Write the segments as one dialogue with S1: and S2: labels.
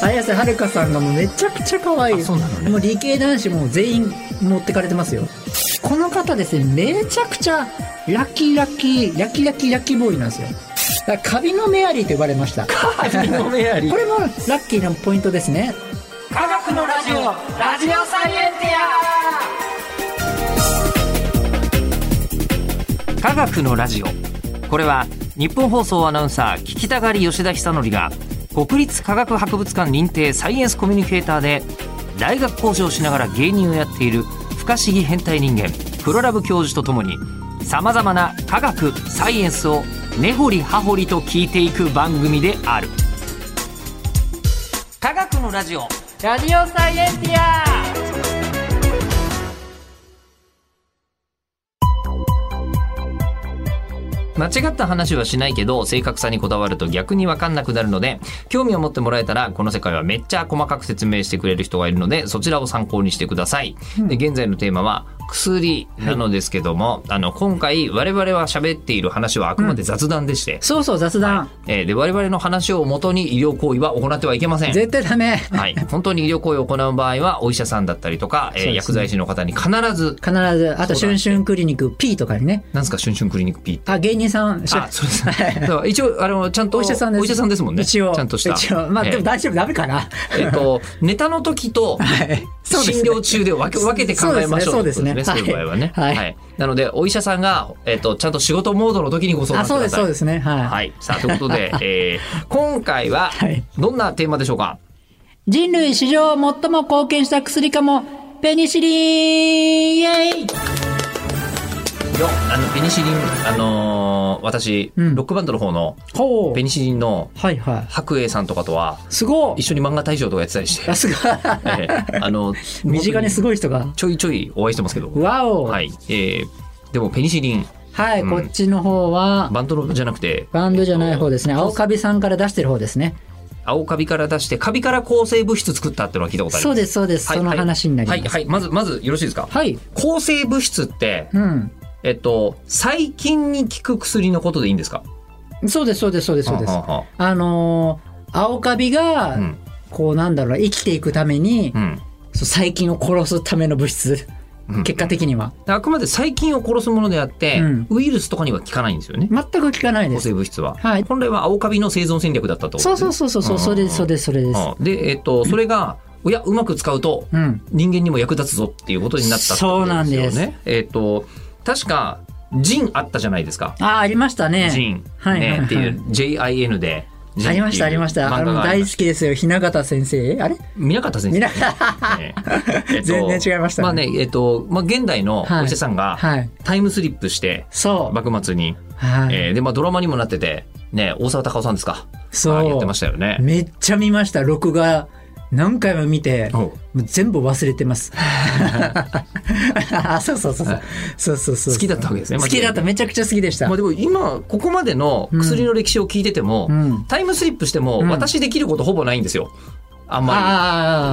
S1: 綾瀬はるかさんがもうめちゃくちゃ可愛い
S2: あそうなのね
S1: もう理系男子も全員持ってかれてますよこの方ですねめちゃくちゃラッキーラッキーラッキーラッキーラッキーボーイなんですよだからカビのメアリーと呼ばれましたこ
S2: カビのメアリー
S1: れもラッキーなポイントですね
S2: 科学のラジオラジオサイエンティア科学のラジオこれは日本放送アナウンサー聞きたがり吉田久典が国立科学博物館認定サイエンスコミュニケーターで大学講師をしながら芸人をやっている不可思議変態人間プロラブ教授とともにさまざまな科学サイエンスを根掘り葉掘りと聞いていく番組である科学のラジオラジオサイエンティア間違った話はしないけど正確さにこだわると逆に分かんなくなるので興味を持ってもらえたらこの世界はめっちゃ細かく説明してくれる人がいるのでそちらを参考にしてください。で現在のテーマは薬なのですけども、あの今回我々は喋っている話はあくまで雑談でして、
S1: そうそう雑談、
S2: えーで我々の話をもとに医療行為は行ってはいけません。
S1: 絶対ダメ
S2: はい、本当に医療行為を行う場合はお医者さんだったりとか、
S1: そう
S2: えー
S1: ですね
S2: 薬剤師の方に必ず
S1: 必ずあと「
S2: そ
S1: シ
S2: うだ
S1: ュンシュンクリニック P」とかにね
S2: なんですかシュンシュンクリニック P って
S1: あ芸人さん
S2: あそうですねだから一応あのちゃんと
S1: お医者さんです
S2: お医者さんですもんね
S1: 一応
S2: ちゃんとした
S1: 一応まあ、
S2: えー
S1: でも大丈夫ダメかな
S2: えっとネタの時と
S1: はいそうです
S2: 診
S1: ね
S2: 療中で分け分けて考えましょう
S1: そうですね
S2: ということそういう場合はね、
S1: はいはい
S2: なのでお医者さんが、えっとちゃんと仕事モードの時にご相
S1: あ
S2: 談くださ
S1: そ
S2: いう
S1: ですそうですねはい、
S2: はいさあということで、えー今回は
S1: はい
S2: どんなテーマでしょうか、
S1: 人類史上最も貢献した薬かもペニシリンイエイ
S2: よあのペニシリンあのー私、
S1: うん
S2: ロックバンドの方の
S1: ほ
S2: ペニシリンの
S1: はいはい
S2: 白英さんとかとは
S1: すご
S2: 一緒に漫画大賞とかやってたりし て
S1: い、すごい
S2: ええあの
S1: 身近にす
S2: い
S1: ごい人が
S2: ちょいちょいお会いしてますけど
S1: わおは、
S2: はいい、えーでもペニシリンうん
S1: こっちの方は
S2: バンドのじゃなくて
S1: バンドじゃない方ですね青カビさんから出してる方ですね
S2: 青カビから出してカビから抗生物質作ったっていうのは聞いたことあります
S1: そうですそうです、
S2: はい
S1: その話になります
S2: はいはい、はいまずまずよろしいですか
S1: はい、
S2: 抗生物質って
S1: うん
S2: えっと細菌に効く薬のことでいいんですか
S1: そうですそうですそうですそうです
S2: はあは
S1: あのー青カビ
S2: あ
S1: が、
S2: うん
S1: こうなんだろうな生きていくために、
S2: うん
S1: そう細菌を殺すための物質
S2: うん
S1: 結果的には
S2: あくまで細菌を殺すものであって、
S1: うん
S2: ウイルスとかには効かないんですよね
S1: 全く効かないで
S2: 抗
S1: す
S2: 生物質は、
S1: はい
S2: 本来は青カビの生存戦略だったってこと
S1: そう
S2: です
S1: そ
S2: ね
S1: うそうそうそうそれですそれですそれです
S2: うんで、えっと、それが、おや、うまく使うと、
S1: うん
S2: 人間にも役立つぞっていうことになったってことですよ
S1: そ
S2: ね。
S1: うなん
S2: えっと、確か、ジンあったじゃないですか。
S1: ああありましたね
S2: ジン。
S1: はいはいはい
S2: ね、っていう、JIN で。ジン
S1: あ
S2: ってい
S1: り
S2: う
S1: ましたありましたあ
S2: 漫画
S1: の
S2: があ
S1: 大
S2: り
S1: 好
S2: まし
S1: きですよ雛形先生あれ
S2: た。見なかった先生。
S1: 見な
S2: ねえっと
S1: 全然違いましたね
S2: まあね、えっと、まあ、現代のお
S1: はい
S2: 医者さんが、
S1: はい
S2: タイムスリップして、
S1: そう
S2: 幕末に、
S1: はい、
S2: えーで、まあ、ドラマにもなってて、ね、大沢たかおさんですか。
S1: そう
S2: がやってましたよね。
S1: めっちゃ見ました録画何回も見て
S2: おう
S1: もう全部忘れてます あそうそうそうそうそうそうそう
S2: 好きだったわけですね。
S1: 好きだっためちゃくちゃ好きでした
S2: まあ、でも今ここまでの薬の歴史を聞いてても、
S1: うん
S2: タイムスリップしても
S1: うん
S2: 私できることほぼないんですよあんま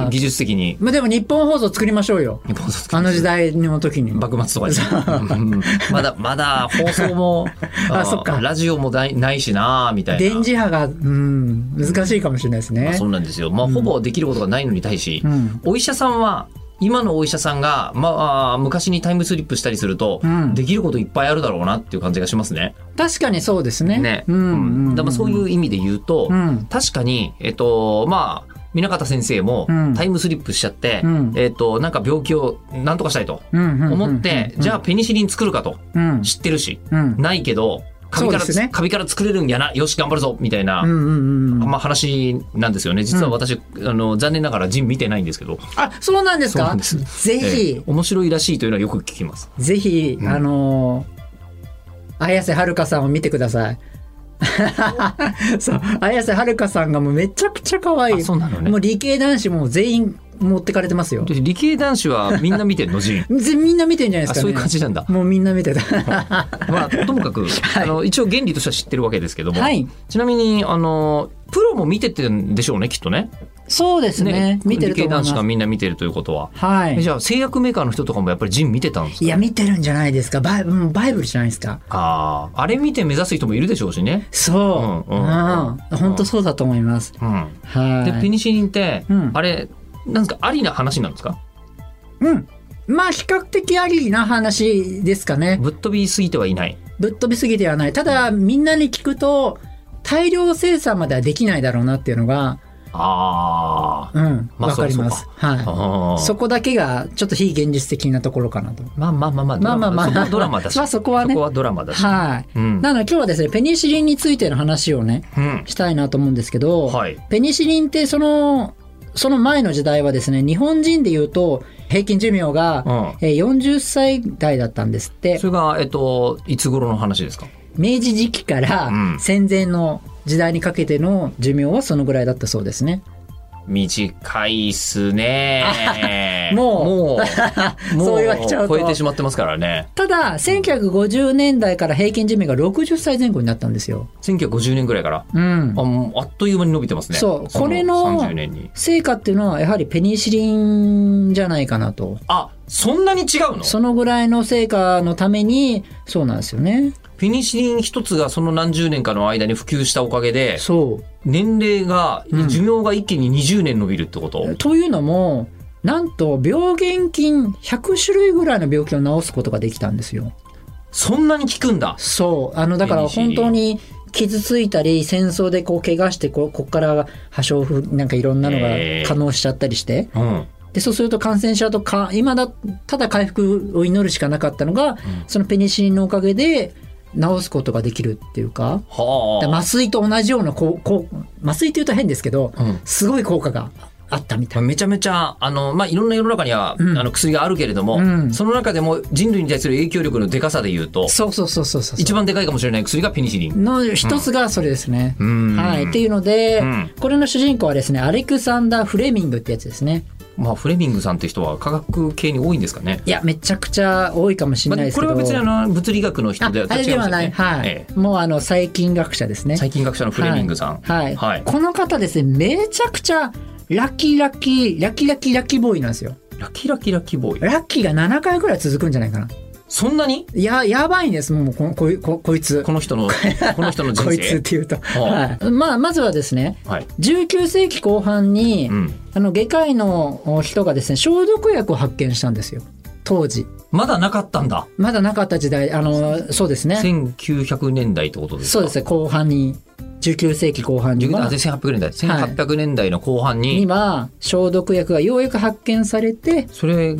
S1: あ
S2: り
S1: あ
S2: 技術的に
S1: まあでも日本放送作りましょうよ
S2: 日本放送
S1: あの時代の時に
S2: 幕末とかですねうんまだまだ放送も
S1: あ
S2: ー
S1: そっか
S2: ラジオもないないしなーみたいな
S1: 電磁波がうん難しいかもしれないです
S2: まあ
S1: ね
S2: そうなんですよ、まあ、ほぼできることがないのに対し、
S1: うん
S2: お医者さんは今のお医者さんが、まあ、昔にタイムスリップしたりすると、
S1: うん
S2: できることいっぱいあるだろうなっていう感じがしますね。
S1: 確かにそうですね
S2: ね。
S1: うんうん
S2: だからそういうう意味で言うと、
S1: うん
S2: 確かに、えっと、まあ、南方先生も
S1: うん
S2: タイムスリップしちゃって、
S1: うん
S2: えっと、なんか病気をなんとかしたいと思
S1: 思
S2: って、じゃあペニシリン作るかと。
S1: うん
S2: 知ってるし、
S1: うん
S2: ないけど、カビから、
S1: そうですね
S2: カビから作れるんやな。よし、頑張るぞみたいな。
S1: うんうんうん
S2: まあ話なんですよね。実は私、あの、残念ながらジン見てないんですけど、
S1: あそうなんです
S2: そうな
S1: か
S2: んです
S1: ぜ
S2: え
S1: ひ
S2: え面白いらしいというのはよく聞きます。
S1: ぜひ、
S2: ん
S1: あのー綾瀬はるかさんを見てください。 そう綾瀬はるかさんがもうめちゃくちゃ可愛い
S2: あそうなのね
S1: もう理系男子も全員持ってかれてますよ。
S2: で理系男子はみんな見てんの、ジ ン
S1: ぜみんな見てんじゃないで
S2: あ、
S1: すか、ね、
S2: そういう感じなんだ。
S1: もうみんな見て た
S2: まあ、とも かく、あの一応原理としては知ってるわけですけども、
S1: はい
S2: ちなみにあのプロも見ててんでしょうねきっとね
S1: そうですね見てると
S2: 理系
S1: 思いま
S2: 男
S1: す
S2: 子がみんな見てるということは。
S1: は
S2: え
S1: い
S2: じゃあ製薬メーカーの人とかもやっぱりジン見てたんですか
S1: いや見てるんじゃないですかバイ,、うん、バイブルじゃないですか
S2: ああ、あれ見て目指す人もいるでしょうしね。
S1: そう、
S2: う
S1: うん
S2: うん
S1: ん本当そうだと思います、
S2: うん。
S1: はい
S2: で、ペニシリンって、
S1: うん
S2: あれ、なんですか、ありな話なんですか
S1: うん。まあ比較的ありな話ですかね。
S2: ぶっ飛びすぎてはいない。
S1: ぶっ飛びすぎではない。ただみんなに聞くと大量生産まではできないだろうなっていうのが、
S2: あ
S1: うん、
S2: まあ
S1: わかります。
S2: そう
S1: は
S2: ー
S1: い。
S2: あー。
S1: そこだけがちょっと非現実的なところかなと。
S2: まあまあまあまあ、
S1: まあまあまあ。
S2: ドラマだし。
S1: まあそこはね。
S2: そこはドラマだし。
S1: はい。
S2: うん。
S1: なので今日はですね、ペニシリンについての話をね、
S2: うん。
S1: したいなと思うんですけど、
S2: はい。
S1: ペニシリンってその、その前の時代はですね、日本人で言うと平均寿命が、
S2: うん。
S1: えー40歳代だったんですって
S2: そ。れが、えっと、いつ頃の話ですか
S1: 明治時期から
S2: うん
S1: 戦前の時代にかけての寿命はそのぐらいだったそうですね。
S2: 短いっすね
S1: もう
S2: も う、も
S1: そう言われちゃうと
S2: 超えてしまってますからね。
S1: ただ、1950年代から平均寿命が60歳前後になったんですよ。
S2: 1950年ぐらいから。
S1: うん
S2: あ。もうあっという間に伸びてますね。
S1: そう
S2: の
S1: これの
S2: 30年に。
S1: 成果っていうのはやはりペニシリンじゃないかなと。
S2: あ、そんなに違うの
S1: そのぐらいの成果のために、そうなんですよね。
S2: ペニシリン一つがその何十年かの間に普及したおかげで、
S1: そ
S2: 年齢が、
S1: うん
S2: 寿命が一気に20年伸びるってこと、
S1: う。というのも、なんと病原菌100種類ぐらいの病気を治すことができたんですよ。
S2: そんなに効くんだ。
S1: そう。あの、だから本当に傷ついたり、戦争でこう、怪我して、こう、こっから破傷風、なんかいろんなのが
S2: えー
S1: 可能しちゃったりして。
S2: うん。
S1: で、そうすると感染しちゃうとか、今だ、ただ回復を祈るしかなかったのが、そのペニシリンのおかげで治すことができるっていうか、だから
S2: は
S1: 麻酔と同じような、こう、こう、麻酔って言うと変ですけど、
S2: あ。うん
S1: すごい効果があったみたい。
S2: めちゃめちゃ、あの、まあ、いろんな世の中には、
S1: うん
S2: あの、薬があるけれども、
S1: うん
S2: その中でも人類に対する影響力のデカさで言うと、
S1: そうそうそうそうそう。
S2: 一番でかいかもしれない薬がペニシリン。
S1: の一つがそれですね。
S2: うん。
S1: はい。っていうので、
S2: うん
S1: これの主人公はですね、アレクサンダー・フレミングってやつですね。
S2: まあ、フレミングさんって人は科学系に多いんですかね。
S1: いや、めちゃくちゃ多いかもしれ
S2: ま
S1: ない
S2: あ、
S1: です
S2: こ
S1: け
S2: れ
S1: ど。
S2: は別にあの物理学の人
S1: あ
S2: では
S1: あれではない。はい。
S2: ええ
S1: もうあの、細菌学者ですね。
S2: 細菌学者のフレミングさん。
S1: はい。
S2: はい
S1: この方ですね、めちゃくちゃ、ラッキーラッキー、ラッキーラッキーラッキーボーイなんですよ。
S2: ラキラキラキボーイ。
S1: ラッキーが7回ぐらい続くんじゃないかな。
S2: そんなに
S1: や、やばいんです、もう、このこいここいつ。
S2: こ の人の、この人の人
S1: こいつっ
S2: 生。
S1: て言うと。
S2: あ
S1: はい。まあ、まずはですね、
S2: はい。
S1: 19世紀後半に、
S2: うん。
S1: あの、外科医の人がですね、消毒薬を発見したんですよ。当時。
S2: まだなかったんだ。
S1: まだなかった時代、あの、そうですね。
S2: 1900年代ってことですか
S1: そうですね、後半に、19世紀後半に
S2: あ
S1: は、
S2: 1800年代。1800年代の後半に、
S1: 今、消毒薬がようやく発見されて、
S2: それ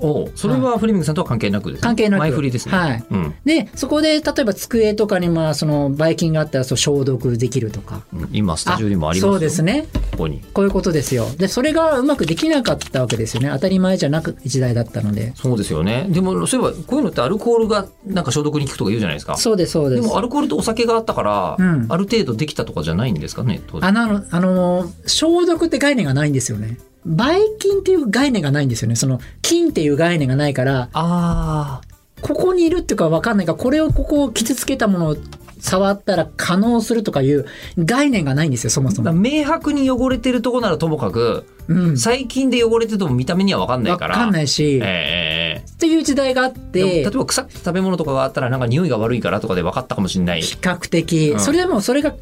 S2: を、それはフレミングさんとは関係なくですね。
S1: 関係なく。
S2: 前振りですね。
S1: はい。
S2: うん。
S1: で、そこで、例えば机とかに、まあ、その、ばい菌があったら、そう、消毒できるとか。
S2: うん今、スタジオにもあります
S1: そ
S2: よ
S1: うですね。
S2: ここに。
S1: こういうことですよ。で、それがうまくできなかったわけですよね。当たり前じゃなく、時代だったので。
S2: そうですよね。でも、そういえば、こういうのってアルコールが、なんか消毒に効くとか言うじゃないですか。
S1: そうです、そうで。
S2: ですも、アルコールとお酒があったから、
S1: うん
S2: ある程度できたとかじゃないんですかね、当時
S1: あの、あの、消毒って概念がないんですよね。ばい菌っていう概念がないんですよね。その、菌っていう概念がないから、
S2: あー
S1: ここにいるっていうかわかんないから、これをここを傷つけたものを触ったら可能するとかいう概念がないんですよ、そもそ
S2: だから
S1: も。
S2: 明白に汚れてるとこならともかく、
S1: うん。
S2: 細菌で汚れてても見た目には分かんない
S1: わ
S2: から。。
S1: かんないいし、
S2: ええ
S1: っていう時代があっ
S2: え
S1: て
S2: えでも例え、ば腐った食べ物とかがあったらなんか匂いが悪いからとかで分かったかもしれない。
S1: 比較的、
S2: うん
S1: それでもそれが、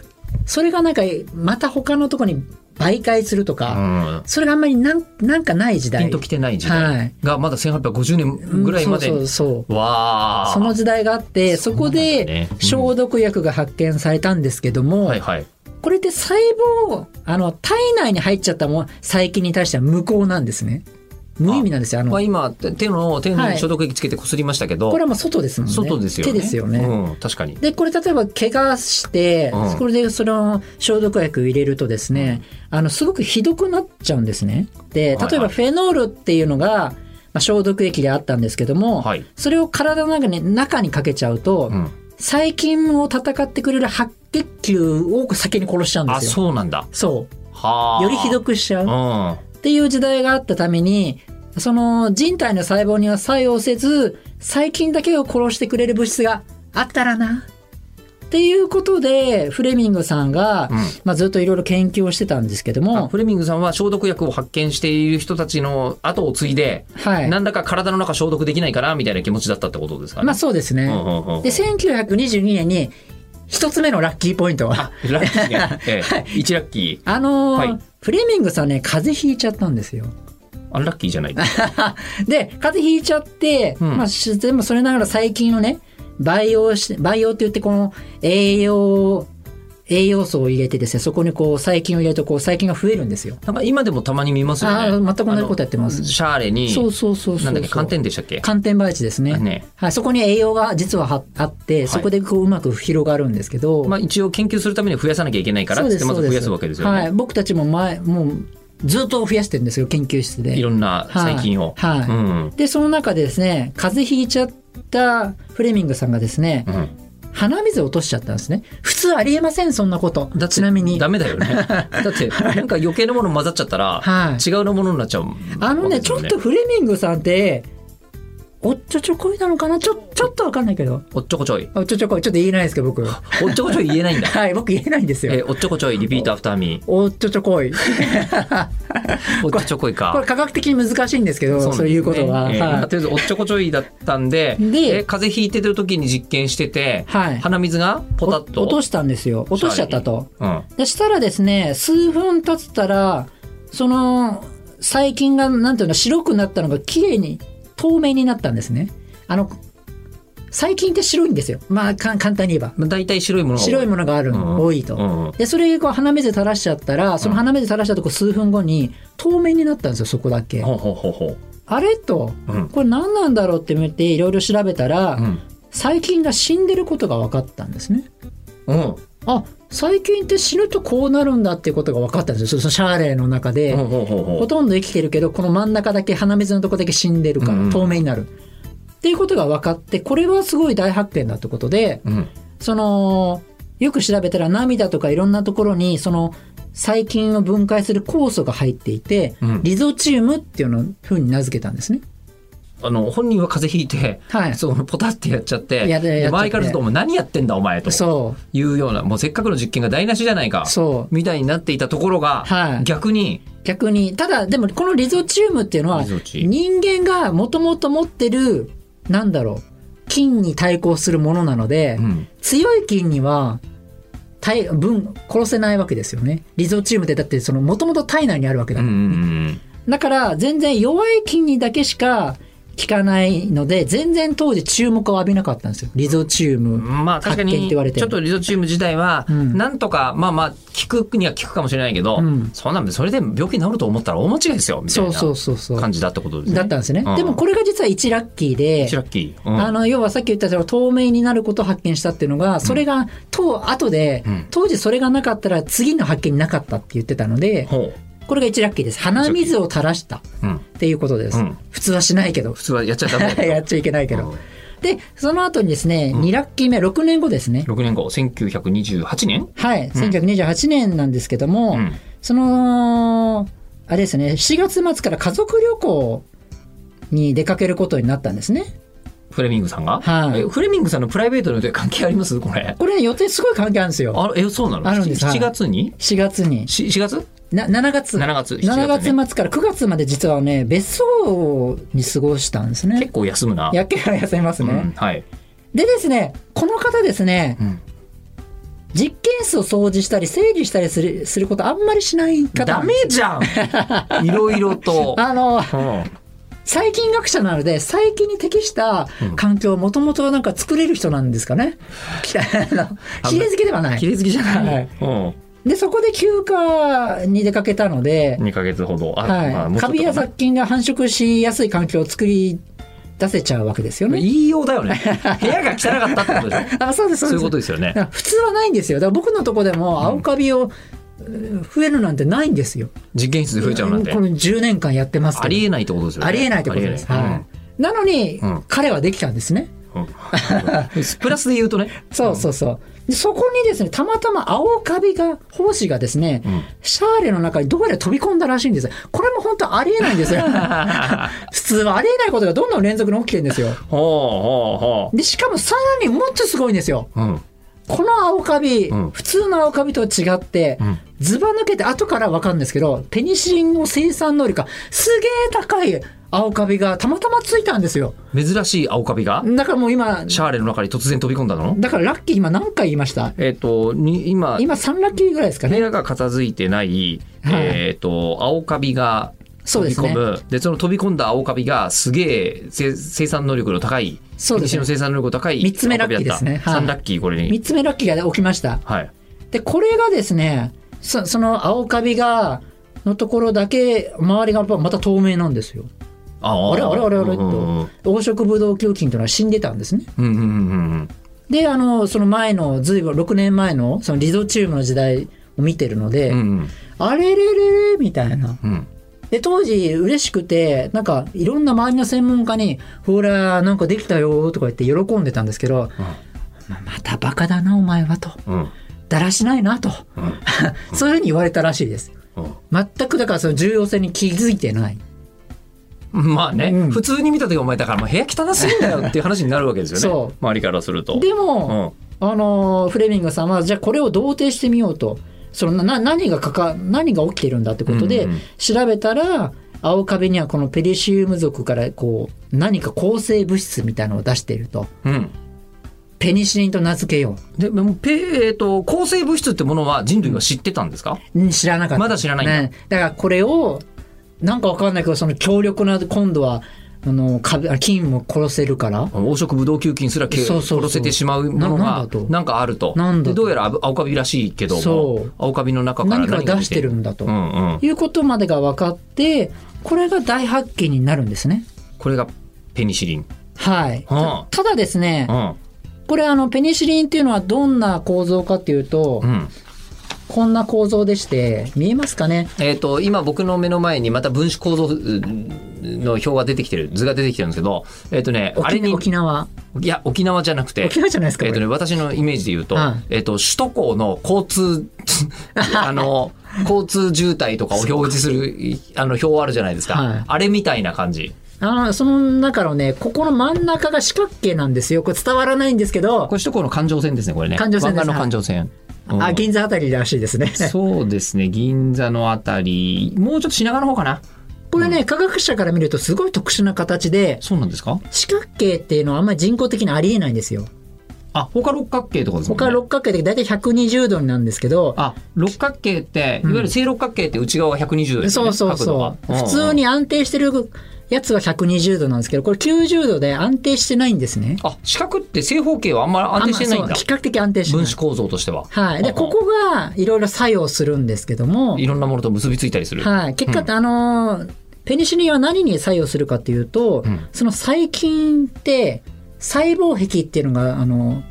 S1: それがなんか、また他のとこに媒介すると
S2: う
S1: か、
S2: ん。
S1: それがあんまりなんなんかない時
S2: ピ
S1: 代。
S2: ンときてない時代
S1: はい
S2: がまだ1850年ぐらいまでに。
S1: うんそうそうそう。
S2: わあ。
S1: その時代があって、そこ
S2: そうなんだ
S1: で
S2: ねうん
S1: 消毒薬が発見されたんですけども、
S2: はいはい。
S1: これって細胞、あの、体内に入っちゃったもん細菌に対しては無効なんですね。無意味なんですよ。あの、
S2: ま
S1: こ
S2: あ今手手の手
S1: は
S2: に
S1: い
S2: 消毒液つけてこすりましたけど、
S1: れはもう外ですもんね。
S2: 外ですよね。
S1: 手ですよね。
S2: うん確かに。
S1: で、これ例えば怪我して、
S2: うん
S1: これでその消毒薬入れるとですね、あの、すごくひどくなっちゃうんですね。で、
S2: はい
S1: 例えばフェノールっていうのが、まあ、消毒液であったんですけども、
S2: はい。
S1: それを体の中に中にかけちゃうと、
S2: うん。
S1: 細菌を戦ってくれる白血球を先に殺しちゃうんで
S2: あ
S1: すよ。
S2: そうなんだ。
S1: そう。
S2: はあ。
S1: よりひど
S2: く。
S1: くしちゃう
S2: う。ん。
S1: っていう時代があったために、その人体の細胞には作用せず、細菌だけを殺してくれる物質があったらな、っていうことで、フレミングさんが、
S2: うん
S1: まあ、ずっといろいろ研究をしてたんですけど
S2: あ
S1: も、
S2: フレミングさんは消毒薬を発見している人たちの後を継いで、
S1: はい。
S2: なんだか体の中消毒できないからみたいな気持ちだったってことですかね。
S1: まあそうですね。
S2: うんうんうんうん
S1: で、1922年に、一つ目のラッキーポイントは、
S2: あラッキーね。 ええ、1ラッキー。
S1: あのー
S2: はい
S1: フレミングさんね、風邪ひいちゃったんですよ。
S2: アンラッキーじゃない。
S1: で、風邪ひいちゃって、
S2: うん
S1: まあ、しでもそれながら最近のね、培養し、培養って言ってこの栄養、栄養素を入れてですね、そこにこう細菌を入れるとこう細菌が増えるんですよ。
S2: なんか今でもたまに見ますよね。
S1: あー全く同じことやってます
S2: あのシャーレに、
S1: そうそうそうそう。
S2: なんだっけ、寒天でしたっけ
S1: 寒天培地ですね。
S2: ね
S1: はい、そこに栄養が実ははあって、そこでこううまく広がるんですけど、
S2: まあ一応研究するためには増やさなきゃいけないからっつってまず増やすわけですよね。
S1: はい、僕たちも前もうずっと増やしてるんですよ研究室で
S2: いろんな細菌を。
S1: はいはい
S2: うん
S1: でその中でですね風邪ひいちゃったフレミングさんがですね
S2: うん
S1: 鼻水を落としちゃったんですね普通ありえませんそんなこと
S2: だって
S1: ちなみに
S2: ダメだよね。 だって、なんか余計なもの混ざっちゃったら、
S1: はい
S2: 違うものになっちゃう、
S1: あのねちょっと。フレミングさんっておっちょちょこいなのかな ちょちょっとわかんないけど
S2: おっちょこちょい。
S1: おっちょちょこいちょっと言えないですけど 僕
S2: おっちょこちょい言えないんだ。
S1: はい僕言えないんですよ、
S2: えーおっちょこちょい、リピートアフターミー。
S1: おっちょちょこい
S2: おっちょちょこいか。
S1: これ科学的に難しいんですけどそう
S2: なんですね
S1: いうことは、
S2: えーまあ
S1: は
S2: とりあえず、おっちょこちょいだったんで、
S1: で
S2: え風邪ひいてる時に実験してて、
S1: はい
S2: 鼻水がポタッ
S1: い、
S2: と。
S1: 落としたんですよ落としちゃったと
S2: うん。
S1: でしたらですね、数分経ったら、その、細菌が、なんていうの、白くなったのが綺麗に、透明になったんですね。あの、細菌って白いんですよ。まあ、かん簡単に言えば。
S2: まあ、大体白いものが多
S1: 白いものがある、
S2: うん
S1: 多いと。
S2: うんうん
S1: で、それこう鼻水垂らしちゃったら、その鼻水垂らしたとこ数分後に、透明になったんですよ、そこだけ。
S2: ほうほうほうほ
S1: あれと、
S2: う。うん。
S1: これ何なんだろうって見て、いろいろ調べたら、
S2: うん。
S1: 細菌が死んでることが分かったんですね。
S2: うん。
S1: あ、細菌って死ぬとこうなるんだっていうことが分かったんですよ。そのシャーレの中で。
S2: ほうほうほうほ
S1: ほ
S2: う。
S1: とんど生きてるけど、この真ん中だけ鼻水のとこだけ死んでるか
S2: うんう
S1: ら、
S2: ん
S1: 透明になる。っていうことが分かって、これはすごい大発見だってことで、
S2: うん。
S1: その、よく調べたら涙とかいろんなところに、その、細菌を分解する酵素が入っていて、
S2: うん
S1: リゾチウムっていうのを風に名付けたんですね。
S2: あの、本人は風邪ひいて、
S1: はい。
S2: そのポタってやっちゃっ
S1: や
S2: て、
S1: でやっちゃって
S2: 周りからすると、お前何やってんだお前と
S1: そ
S2: いうような、もうせっかくの実験が台無しじゃないか
S1: う。、そう。
S2: みたいになっていたところが、
S1: はい
S2: 逆に、
S1: 逆に、ただ、でもこのリゾチウムっていうのは
S2: リゾ、チ
S1: 人間がもともと持ってる、なんだろう、菌に対抗するものなので、
S2: うん
S1: 強い菌には体分殺せないわけですよねリゾチウムってだってそのもともと体内にあるわけ
S2: うん
S1: だ、
S2: うんうん
S1: だから全然弱い菌にだけしか効かないので全然当時注目を浴びなかったんですよリゾチウム、
S2: うん。まあ確か
S1: 発見って
S2: に、ち
S1: 言われてる
S2: ょっとリゾチーム自体は、
S1: うん
S2: なんとか、まあまあ、効くには効くかもしれないけど、
S1: うん
S2: そんな、それで病気治ると思ったら大間違いですよ、みたい
S1: そうそう
S2: な
S1: そうそう
S2: 感じだってことですね。
S1: だったんですね、
S2: うん
S1: でもこれが実は1ラッキーで
S2: シラッキー。うん
S1: あの要はさっき言ったその透明になることを発見したっていうのがそれがと後で、
S2: うん
S1: 当時それがなかったら次の発見なかったって言ってたので
S2: ほ
S1: これが1ラッキーです鼻水を垂らした
S2: う。うん。
S1: っていうことです、
S2: うん
S1: 普通はしないけど
S2: 普通はやっちゃダメだけど
S1: やっちゃいけないけど、
S2: うん
S1: でその後にですね、2ラッキー目6年後ですね
S2: 6年後、1928年
S1: はい1928年なんですけども、
S2: うん
S1: そのあれですね4月末から家族旅行に出かけることになったんですね
S2: フレミングさんが、
S1: はい
S2: えフレミングさんのプライベートの予定関係ありますこれ。
S1: これね予定すごい関係あるんですよ
S2: あえ、そうなの
S1: あるんですはい
S2: ?7 月に
S1: 4月に
S2: し ?4 月
S1: な7月
S2: ?7 月。7
S1: 7
S2: 月
S1: 月
S2: ね
S1: 末から9月まで実はね別荘に過ごしたんですね
S2: 結構休むな。
S1: やけは痩せますね、
S2: うん、はい。
S1: でですねこの方ですね、
S2: うん
S1: 実験室を掃除したり整理したりするすることあんまりしない方
S2: ダ
S1: なん
S2: メ
S1: です
S2: じゃん いろいろと。
S1: あの
S2: うん
S1: 細菌学者なので細菌に適した環境をもともとなんか作れる人なんですか ね。きあの綺麗好きではな
S2: 切
S1: い。
S2: れ好きじゃない。
S1: はい
S2: うん。
S1: でそこで休暇に出かけたので、
S2: 2ヶ月ほど。あまあ
S1: はい、
S2: もうちょ
S1: カ
S2: っと
S1: ビや
S2: かな
S1: 雑菌が繁殖しやすい環境を作り出せちゃうわけですよ
S2: 言
S1: ね。
S2: いようだよ ね。部屋が汚かったってことでしょ。
S1: あそうです
S2: そういう
S1: そう
S2: こと
S1: で
S2: ですよね
S1: す。。普通はないんですよ。だから僕のとこでも青カビをうん増えるなんてないんですよ。
S2: 実験室で増えちゃうなんて
S1: こ。の10年間やってますけど
S2: ありえないってことですよね。
S1: ありえないってことです。
S2: ありえない
S1: はいなのに、
S2: うん
S1: 彼はできたんですね。
S2: うんうんプラスで言うとね。
S1: そうそうそう。でそこにですね、たまたま青カビが、胞子がですね、
S2: ん
S1: シャーレの中にどうやら飛び込んだらしいんです。これも本当ありえないん ですよ。普通はありえないことがどんどん連続に起きてるんですよ。
S2: ほうほうほ
S1: で、しかもさらにもっとすごいんですよ。
S2: う。うん。
S1: この青カビ、
S2: うん
S1: 普通の青カビとは違って、
S2: うん
S1: ずば抜けて後から分かるんですけど、ペニシリンの生産能力がすげえ高い青カビがたまたまついたんですよ。
S2: 珍しい青カビが、
S1: だからもう今、
S2: シャーレの中に突然飛び込んだの
S1: だからラッキー今何回言いました
S2: えっ、と、に今、
S1: 今3ラッキーぐらいですか
S2: 部
S1: ね。
S2: 屋が片付いてない、
S1: はい
S2: えっ、と、青カビが
S1: そう
S2: 飛
S1: で
S2: び
S1: す
S2: 込
S1: ね。
S2: む。でその飛び込んだ青カビがすげえ生生産能力の高い、
S1: そうですね
S2: 西の生産能力の高い
S1: 三つ目ラッキー
S2: 青カビだっ
S1: です
S2: た
S1: ねはい
S2: 三ラッキー、これに。
S1: 3つ目ラッキーが起きました。
S2: はい。
S1: で、これがですね、そその青カビが、のところだけ、周りがやっぱまた透明なんですよ。
S2: あ
S1: あれあれあれあれ
S2: うんうん
S1: 黄色ブドウ球菌というのは死んでたんですね。
S2: うんうんうんうん。
S1: で、あの、その前の、ずいぶん6年前の、そのリゾチウムの時代を見てるので、
S2: うんうん
S1: あれれれれみたいな。
S2: うん。
S1: で、当時嬉しくて、なんかいろんな周りの専門家に、ほら、なんかできたよとか言って喜んでたんですけど、ままたバカだな、お前はと。
S2: うんうん
S1: だらしないなと。
S2: うん
S1: そういうふうに言われたらしいです。
S2: うん
S1: 全くだからその重要性に気づいてない。
S2: まあね、
S1: うん
S2: 普通に見た時お前だからもう部屋汚すぎんだよっていう話になるわけですよね
S1: そう
S2: 周りからすると。
S1: で
S2: う
S1: も、
S2: ん、
S1: あのーフレミングさんはじゃあこれを同定してみようとそのなな何がかか何が起きてるんだってことで
S2: うんうん
S1: 調べたら、青カビにはこのペリシウム属からこう何か抗生物質みたいなのを出していると
S2: うん、
S1: ペニシリンと名付けよ
S2: でもペ、えー、と抗生物質ってものは人類は知ってたんですか、
S1: ううん知らなかった
S2: まだ知らないんだ
S1: ねだからこれをなんかわかんないけどその強力な今度はあのカビあ菌を殺せるから
S2: 黄色ブドウ球菌すらけ
S1: そうそうそう
S2: 殺せてしまうも
S1: な
S2: の
S1: なん
S2: が
S1: だと
S2: なんかあると
S1: なんだと
S2: でどうやら青青カビらしいけど
S1: そ
S2: も
S1: う
S2: 青カビの中から
S1: 何か
S2: 何が
S1: 出してるんだと、
S2: うんうん、
S1: いうことまでが分かってこれが大発見になるんですね。
S2: これがペニシリン。
S1: はい、
S2: はあ
S1: たただですね、
S2: うん
S1: これあのペニシリンっていうのはどんな構造かっていうと、
S2: うん
S1: こんな構造でして見えますかね
S2: えー、と今僕の目の前にまた分子構造うんの表が出てきてる図が出てきてるんですけど、えーとね、あれ
S1: 沖
S2: に
S1: 沖縄
S2: いや、沖縄じゃなくて。
S1: 沖縄じゃないですか
S2: えっ、
S1: ことれ
S2: ね、私のイメージで言うと、
S1: うん
S2: えっ、と、首都高の交 通、あの、交通渋滞とかを表示する、あの、表あるじゃないですか。
S1: はい
S2: あれみたいな感じ。
S1: あのその中のねここの真ん中が四角形なんですよこれ伝わらないんですけど
S2: これ首都高の環状線ですね、これね。
S1: 環状線です
S2: 湾岸の環状線。うん
S1: あ銀座あたりらしいですね
S2: そうですね、銀座のあたり、もうちょっと品川の方かな。
S1: これね科学者から見るとすごい特殊な形で
S2: そうなんですか
S1: 四角形っていうのはあんまり人工的にありえないんですよ
S2: あ、他六角形とかですもんね。
S1: 他六角形で大体120度になるんですけど
S2: あ、六角形って、いわゆる正六角形って内側は120度です
S1: そ
S2: よね。
S1: うそう
S2: 角度が
S1: そう。普通。に安定してるやつは120度なんですけど、これ90度で安定してないんですね。
S2: んんあ、四角って正方形はあんまり安定してない
S1: あ
S2: んだ
S1: まあ。そう比較的安定してな
S2: 分
S1: い
S2: 子。構造としては。
S1: はい。で、ここがいろいろ作用するんですけども
S2: い、ろんなものと結びついたりする。
S1: はい。結果って、あのー、ペニシリンは何に作用するかっていうと、
S2: ん
S1: その細菌って細胞壁っていうのが、あのー、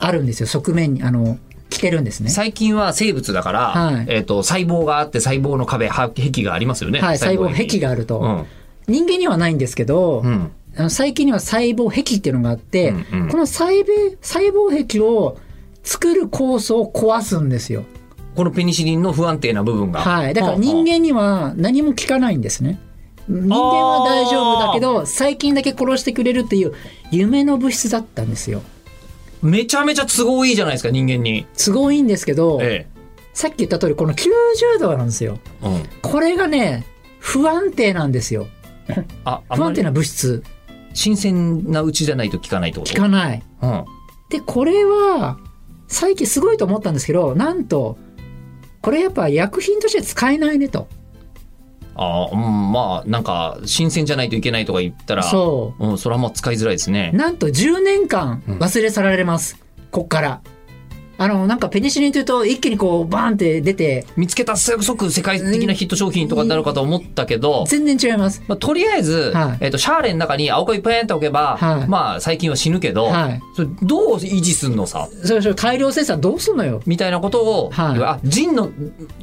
S1: あるんですよ。側面に、あのー、来てるんですね。
S2: 最近は生物だから、
S1: はい
S2: えっ、と、細胞があって細胞の壁、は壁がありますよね。
S1: はい。細胞壁があると。人間にはないんですけど、
S2: うん。うん。
S1: あの細菌には細胞壁っていうのがあって、
S2: うんうん
S1: この細胞細胞壁を作る酵素を壊すんですよ。
S2: このペニシリンの不安定な部分が。
S1: はい。だから
S2: うんうん
S1: 人間には何も効かないんですね。人間は大丈夫だけど、細菌だけ殺してくれるっていう夢の物質だったんですよ。
S2: めちゃめちゃ都合いいじゃないですか、人間に。
S1: すごいんですけど、
S2: え
S1: さっき言った通りこの90度なんですよ。
S2: え。うん。
S1: これがね、不安定なんですよ。
S2: あ、あん
S1: 不
S2: ま
S1: 安定
S2: り
S1: な物質。
S2: 新鮮なうちじゃないと効かないってこと
S1: 効かない。
S2: うん。
S1: で、これは、最近すごいと思ったんですけど、なんと、これやっぱ薬品として使えないねと。
S2: ああ、うん、まあ、なんか、新鮮じゃないといけないとか言ったら、。
S1: そう
S2: うん、それはまあ使いづらいですね
S1: う。。なんと10年間忘れ去られます。こっから。あの、なんかペニシリンというと一気にこうバーンって出て、
S2: 見つけた即世界的なヒット商品とかになるかと思ったけど、
S1: 全然違います。
S2: まあ、とりあえず、
S1: はい
S2: えっとシャーレの中に青カビペーンって置けば、
S1: はい
S2: まあ最近は死ぬけど、
S1: はい
S2: それどう維持すんのさ
S1: それそれ大量生産どうすんのよ。
S2: みたいなことを、
S1: はい
S2: あ人の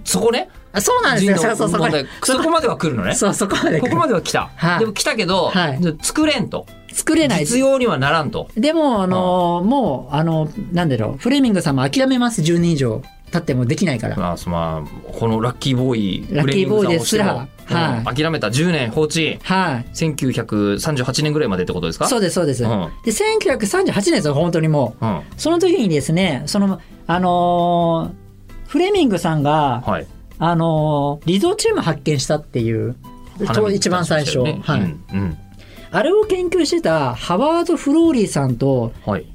S2: そこね
S1: あそうなんです
S2: 人
S1: よ。
S2: の
S1: そうそうそこ
S2: 問題そこまでは来るのね
S1: そう、そこまで
S2: ここまでは来た、
S1: はい
S2: でも来たけど、
S1: はい
S2: じゃあ作れんと
S1: 作れない。
S2: 実用にはならんと
S1: でも、あのーもう、あの、なんだろう、フレミングさんも諦めます、10年以上。経ってもできないから、
S2: まあ、そまあ、このラッキーボーイ、
S1: ラッキーボーイですら
S2: ブレイキングダウンをしても
S1: は
S2: 諦めた10年放置、
S1: はい、
S2: 1938年ぐらいまでってことですか
S1: そううですそうです、
S2: ん
S1: で1938年ですよ本当にも
S2: うん。は
S1: うその時にですねそのあのーフレミングさんが、
S2: い。
S1: あのーリゾチウム発見したっていう
S2: 花見
S1: 一番最初、
S2: ね
S1: はい
S2: うんうん。
S1: あれを研究してたハワード・フローリーさんと
S2: はい。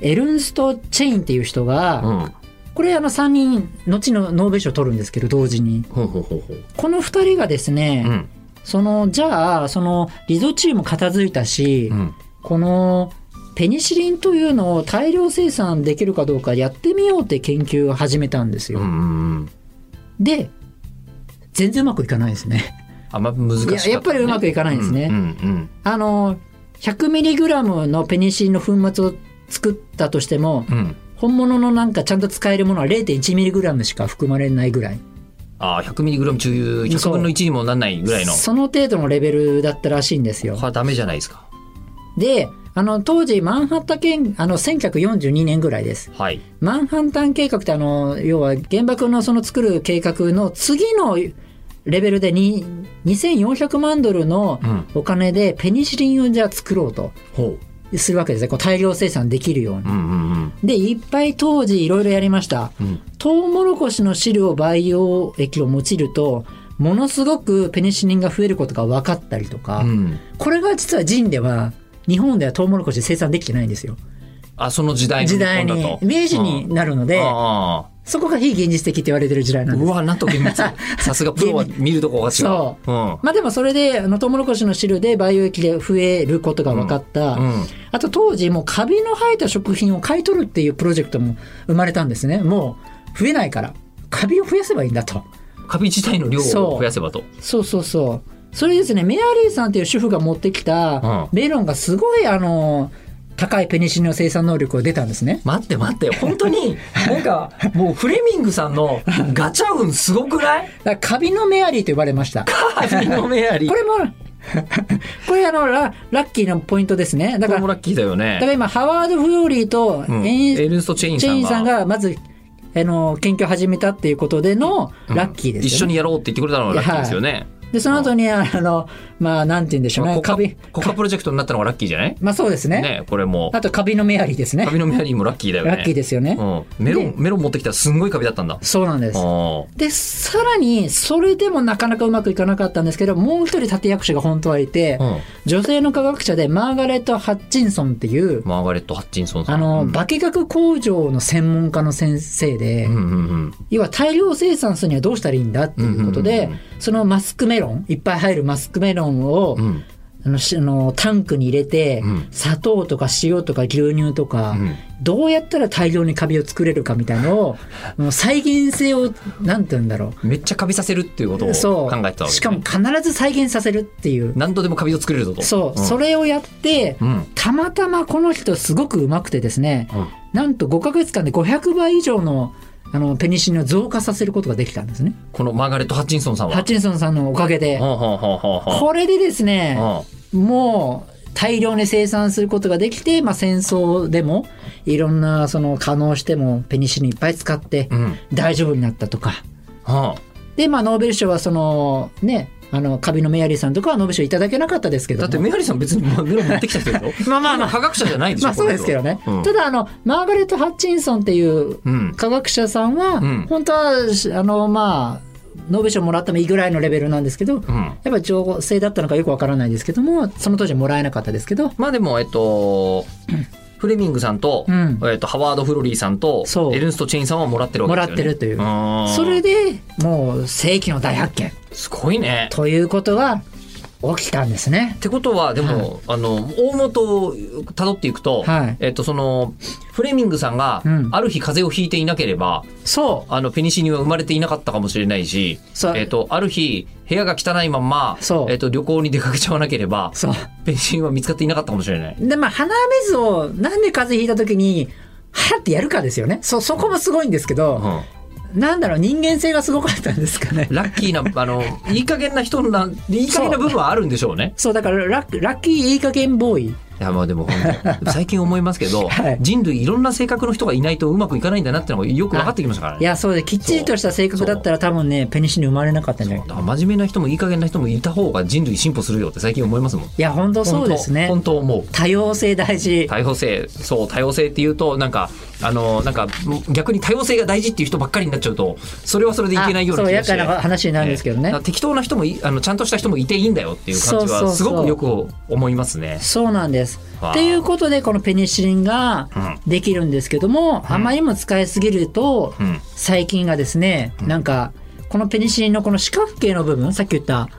S1: エルンスト・チェインっていう人が、
S2: うん。
S1: これあの3人後のノーベル賞を取るんですけど同時に
S2: ほうほうほうほう。
S1: この2人がですね、
S2: うん。
S1: そのじゃあそのリゾチウム片付いたし、
S2: うん。
S1: このペニシリンというのを大量生産できるかどうかやってみようって研究を始めたんです
S2: う
S1: よ。
S2: んうんうん。
S1: で全然うまくいかないですね。
S2: あんま難しかった、
S1: いややっぱりうまくいかないんですね
S2: うんうん
S1: あの 100mg のペニシリンの粉末を作ったとしても
S2: うん。うん。
S1: 本物のなんかちゃんと使えるものは 0.1mg しか含まれないぐらい
S2: ああ、100mg 中100分の1にもなんないぐらいの。
S1: その程度のレベルだったらしいんですよ
S2: これ。はダメじゃないですか。
S1: であの当時マンハッタン県あの1942年ぐらいです
S2: はい。
S1: マンハッタン計画ってあの要は原爆のその作る計画の次のレベルでに2400万ドルの
S2: うん。
S1: お金でペニシリンをじゃあ作ろうと
S2: ほ
S1: するわけですねこう大量生産できるように
S2: う。うんうんうん。
S1: でいっぱい当時いろいろやりました
S2: うん。
S1: トウモロコシの汁を培養液を用いるとものすごくペニシリンが増えることが分かったりとか、
S2: うん。
S1: これが実はジンでは日本ではトウモロコシ生産できてないんですよ
S2: あ、その時代の
S1: 時代に明治になるので、
S2: あ
S1: そこが非現実的って言われてる時代
S2: あ
S1: なん
S2: ー。
S1: で
S2: う
S1: す
S2: わ、なんと 厳密。さすがプロは見るとこが違う。。
S1: そう
S2: うん。
S1: まあでもそれであのトウモロコシの汁で培養液で増えることが分かった、
S2: うん
S1: あと当時もうカビの生えた食品を買い取るっていうプロジェクトも生まれたんですねもう増えないからカビを増やせばいいんだと
S2: カビ自体の量を
S1: そう
S2: 増やせばと。
S1: そうそうそうそれですねメアリーさんっていう主婦が持ってきた
S2: う
S1: メロンがすごいあの高いペニシリンの生産能力を出たんですね
S2: 待って待って、本 当に、なんか、もうフレミングさんのガチャ運すごくない
S1: だからカビのメアリーと呼ばれました
S2: カービのメアリー。
S1: これもこれあのララッキーのポイントですねだ
S2: こ
S1: から
S2: れも
S1: だ
S2: ラッキーだよね。
S1: から今ハワード・フローリーと
S2: うん
S1: エン
S2: エルンスト・チェイン
S1: チ
S2: さ
S1: ェイ
S2: ん
S1: ン
S2: が
S1: さんがまずあの研究を始めたっていうことでのラッキーですよ、ね
S2: 一緒にやろうって言ってくれたのがラッキーですよね。
S1: でその後にあのまあなんて言うんでしょう
S2: まあ
S1: ね
S2: 国
S1: カ
S2: 家
S1: ビ
S2: 国家プロジェクトになったのがラッキーじゃない
S1: まあそうですね
S2: ねこれも
S1: あとカビのメアリーですね
S2: カビのメアリーもラッキーだよね。
S1: ラッキーですよね、
S2: うん、メロンメロン持ってきたらすんごいカビだったんだ。
S1: そうなんです
S2: あ
S1: でさらにそれでもなかなかうまくいかなかったんですけどもう一人立役者が本当はいて、
S2: あうん
S1: 女性の科学者でマーガレット・ハッチンソンっていう
S2: マーガレット・ハッチンソンさん。
S1: あの、
S2: うん
S1: 化学工場の専門家の先生で、
S2: うんうんうん
S1: 要は大量生産するにはどうしたらいいんだっていうことで、
S2: うんうんうん
S1: そのマスクメロンいっぱい入るマスクメロンを、
S2: うん
S1: あのしあのタンクに入れて、
S2: うん
S1: 砂糖とか塩とか牛乳とか、
S2: うん
S1: どうやったら大量にカビを作れるかみたいのを もう再現性をなんて言うんだろ
S2: めっちゃカビさせるっていうことを
S1: う
S2: 考
S1: そう
S2: えてたわけ、ね、
S1: しかも必ず再現させるっていう
S2: 何度でもカビを作れるぞと。
S1: そう、
S2: ん
S1: それをやって、
S2: うん
S1: たまたまこの人すごくうまくてですね、
S2: うん
S1: なんと5ヶ月間で500倍以上のあのペニシリンを増加させることができたんですね。
S2: このマーガレット・ハッチンソンさんは。
S1: ハッチンソンさんのおかげで。
S2: はあはあはあは
S1: これでですね、
S2: あ
S1: もう大量に生産することができて、まあ、戦争でもいろんなその可能してもペニシリンいっぱい使って
S2: うんうん
S1: 大丈夫になったとか。
S2: は
S1: で、まあ、ノーベル賞はそのね、あのカビのメアリーさんとかはノーベル賞いただけなかったですけ
S2: あだ
S1: ど
S2: って
S1: も。
S2: メアリーさん別にメロン持ってきた 人でしょまあまあまあ科学者じゃないでしょ
S1: まあそうですけどね。
S2: この人
S1: た
S2: は
S1: だあのマーガレット・ハッチンソンっていう
S2: うんうん
S1: 科学者さんは、
S2: うん
S1: 本当はしあのまあノーベル賞もらってもいいぐらいのレベルなんですけど、やっ
S2: うん
S1: ぱり女性だったのかよくわからないですけどもその当時はもらえなかったですけど
S2: まあでもえ っとフレミングさんと、
S1: うん
S2: えっと、ハワード・フロリーさんと
S1: そう
S2: エルンスト・チェインさんはもらってるわけです
S1: もらってる
S2: よ、ね、
S1: という
S2: あー
S1: それでもう世紀の大発見
S2: すごいね。
S1: ということが起きたんですね。
S2: ってことはでも、あの大元をたどっていくと,、
S1: はい
S2: えっとそのフレミングさんが
S1: うん
S2: ある日風邪をひいていなければ、
S1: そう
S2: あのペニシリンは生まれていなかったかもしれないし
S1: そう、
S2: えっとある日部屋が汚いまんま
S1: そう
S2: えっと旅行に出かけちゃわなければ
S1: そう
S2: ペニシリンは見つかっていなかったかもしれない。
S1: でまあ鼻水をなんで風邪ひいた時にはってやるかですよね。そそこもすごいんですけ
S2: う
S1: ど、
S2: ん
S1: なんだろう人間性がすごかったんですかね。
S2: ラッキーな、 あの、いい加減な人なん、いい加減な部分はあるんでしょうね。
S1: そうだからラッラッキーいい加減ボーイ
S2: いやまあでも本当最近思いますけ ど、
S1: はい
S2: 人類いろんな性格の人がいないとうまくいかないんだなってのがよく分かってきましたから
S1: い
S2: ね。
S1: や、そうで、きっちりとした性格だったら多分ね、ペニシリン生まれなかったんじ
S2: そ
S1: ゃ
S2: う
S1: ない
S2: だ
S1: か
S2: から真面目な人もいい加減な人もいた方が人類進歩するよって最近思いますもん。
S1: いや、本当そうですね。
S2: 本当本当思う。
S1: 多様性大事。
S2: 多様性そう多様性っていうとなんかあのなんか逆に多様性が大事っていう人ばっかりになっちゃうとそれはそれでいけないような
S1: あそ
S2: 気
S1: う、
S2: が
S1: や
S2: して
S1: かな話になるんですけど
S2: ええだ
S1: ね
S2: から。適当な人もいあのちゃんとした人もいていいんだよっていう感じ
S1: そうそう
S2: は
S1: そう
S2: すごくよく思いますね。
S1: そうなんです。
S2: わあ
S1: っていうことでこのペニシリンができるんですけども、あまりにも使いすぎると、
S2: うん
S1: 細菌がですね、なんかこのペニシリンのこの四角形の部分さっき言った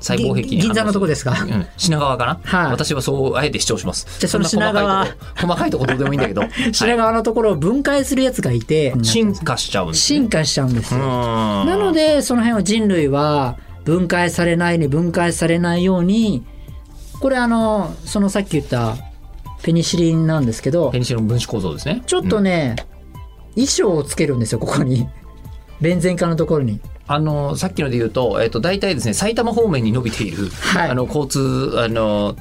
S2: 細胞壁に
S1: ぎ銀座のとこですか
S2: うん品川かな、
S1: はい
S2: 私はそうあえて主張します
S1: じゃあその
S2: んな
S1: 品
S2: 細かいとこ細かいとこどうでもいいんだ けど
S1: 白
S2: は
S1: 側のところを分解するやつがいて、
S2: い進化しちゃうんです
S1: 進化しちゃうんですよ。な
S2: な
S1: のでその辺を人類は分解されないように分解されないようにこれあのそのさっき言ったペニシリンなんですけど
S2: ペニシリンの分子構造ですね
S1: ちょっと
S2: うん
S1: ね、衣装をつけるんですよ、ここに。 弁前科のところに。
S2: あのさっきので言うと、えっと、大体ですね埼玉方面に伸びている、
S1: はい
S2: あの交通あの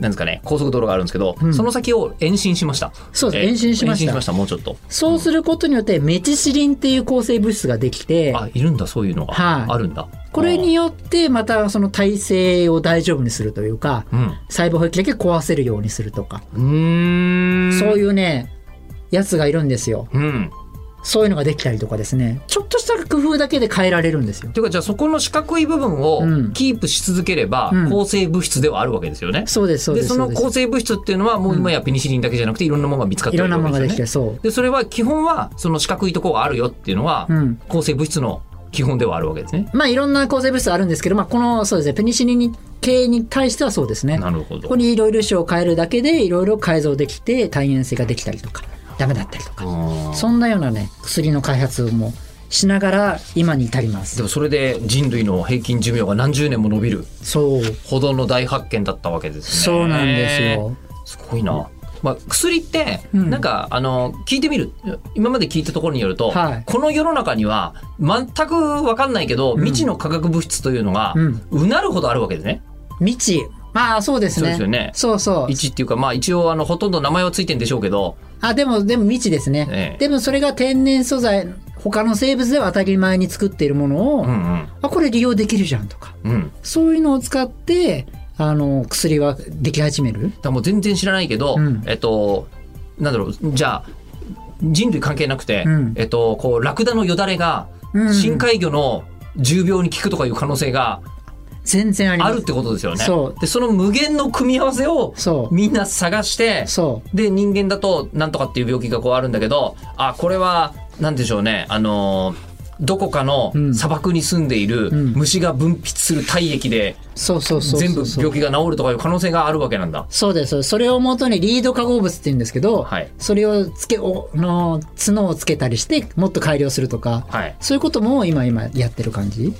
S2: なんですかね高速道路があるんですけど、
S1: ん
S2: その先を延伸しました
S1: そうです
S2: えー
S1: 延伸しました
S2: 延伸しましたもうちょっと
S1: そうすることによって、メチシリンっていう構成物質ができて、
S2: あいるんだそういうのが、
S1: はい
S2: あるんだ
S1: これによってまたその体制を大丈夫にするというか、
S2: うん
S1: 細胞壁だけ壊せるようにするとか、
S2: うーん
S1: そういうね、やつがいるんですよ。
S2: うん
S1: そういうのができたりとかですね。ちょっとした工夫だけで変えられるんですよ。
S2: ていうかじゃあそこの四角い部分
S1: うん
S2: をキープし続ければ、
S1: うん
S2: 構成物質ではあるわけですよね。
S1: そうです、そう
S2: で
S1: です。
S2: その
S1: うです
S2: 構成物質っていうのはもう今やペニシリンだけじゃなくていろんなものが見つかって
S1: い
S2: る
S1: ろんな
S2: わ
S1: ものが
S2: け
S1: で
S2: で
S1: き
S2: すよ
S1: て、
S2: ね。
S1: そう。
S2: でそれは基本はその四角いとこがあるよっていうのは
S1: うん
S2: 構成物質の基本ではあるわけですね。
S1: まあいろんな構成物質あるんですけど、まあこの、そうですね、ペニシリン系に対してはそうですね。
S2: なるほど
S1: ここ。にいろいろ種を変えるだけでいろいろ改造できて耐炎性ができたりとかダメだったりとか
S2: うん
S1: そんなようなね薬の開発もしながら今に至りま
S2: ですもそれで人類の平均寿命が何十年も伸びる
S1: そう
S2: ほどの大発見だったわけですね。
S1: そうなんですよ。
S2: すごいな。まあ、薬って、
S1: うん
S2: なんか、あの、聞いてみる。今まで聞いたところによると、
S1: はい
S2: この世の中には、全くわかんないけど、未知の化学物質というのが、う
S1: うん
S2: なるほどあるわけですね。
S1: 未知まあそうです
S2: そう
S1: ね
S2: ですよね
S1: そうそう
S2: 一っていうか、まあ一応、あの、ほとんど名前はついてんでしょうけど、
S1: あでもでも未知ですね、
S2: ええ
S1: でもそれが天然素材他の生物では当たり前に作っているものを、
S2: うん
S1: あこれ利用できるじゃんとか
S2: うん。うん。
S1: そういうのを使ってあの薬はでき始める
S2: だからもう全然知らないけど、
S1: うん
S2: えっと、なんだろう、じゃあ、人類関係なくて、
S1: うん
S2: えっと、こう、ラクダのよだれが
S1: う、ん
S2: 深海魚の重病に効くとかいう可能性が
S1: 全然ありま
S2: あ
S1: す
S2: るってことですよね。
S1: そう
S2: で、その無限の組み合わせを、
S1: そう
S2: みんな探して、
S1: そう
S2: で、人間だと、なんとかっていう病気がこうあるんだけど、あ、これは、なんでしょうね、あのーどこかの
S1: ん
S2: 砂漠に住んでいる
S1: ん
S2: 虫が分泌する体液で
S1: そうそうそうそう
S2: 全部病気が治るとかいう可能性があるわけなんだ。
S1: そうです。それをもとにリード化合物って言うんですけど、
S2: はい
S1: それをつけ、おの、角をつけたりして、もっと改良するとか、
S2: はい。
S1: そういうことも今、今やってる感じ。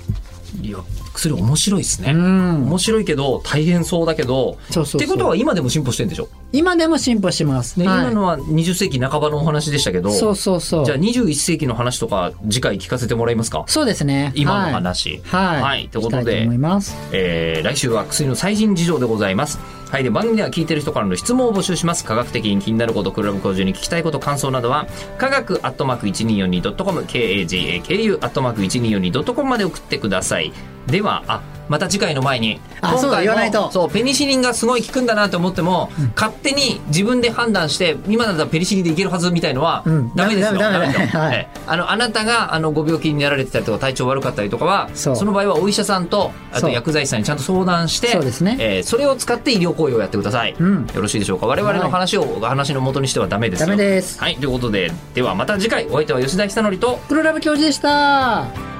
S2: いや、薬面白いですね。
S1: ん。
S2: 面白いけど、大変そうだけど、
S1: そうそうそう
S2: ってことは今でも進歩してんでしょ、
S1: 今でも進歩します。
S2: ね
S1: はい
S2: 今のは20世紀半ばのお話でしたけど、
S1: そうそうそう。
S2: じゃあ21世紀の話とか次回聞かせてもらえますか
S1: そうですね。
S2: 今の話
S1: はい。
S2: はいということで
S1: したい思います。
S2: えー来週は薬の最新事情でございます。はい。で、番組では聞いてる人からの質問を募集します。科学的に気になること、クラブ教授に聞きたいこと、感想などは、科学アットマーク 1242.com、kagaku アットマーク 1242.com まで送ってください。では、あ、また次回の前に、
S1: あそうだ
S2: も
S1: 言わないと
S2: そう、ペニシリンがすごい効くんだなと思っても、勝手に自分で判断して、今だったらペニシリンでいけるはずみたいのは、
S1: うん
S2: ダメですよ。
S1: ダメダメ
S2: ですよ
S1: ダメはい
S2: ええあの、あなたが、あの、ご病気になられてたりとか、体調悪かったりとかは、
S1: そう
S2: その場合はお医者さんと、あと
S1: そう
S2: 薬剤師さんにちゃんと相談して
S1: そうですね
S2: えーそれを使って医療行為をやってください、
S1: うん
S2: よろしいでしょうか我々の話を、話の元にしてはダメですよ
S1: ダメです
S2: はいということでではまた次回お相手は吉田久典と
S1: 黒ラブ教授でした。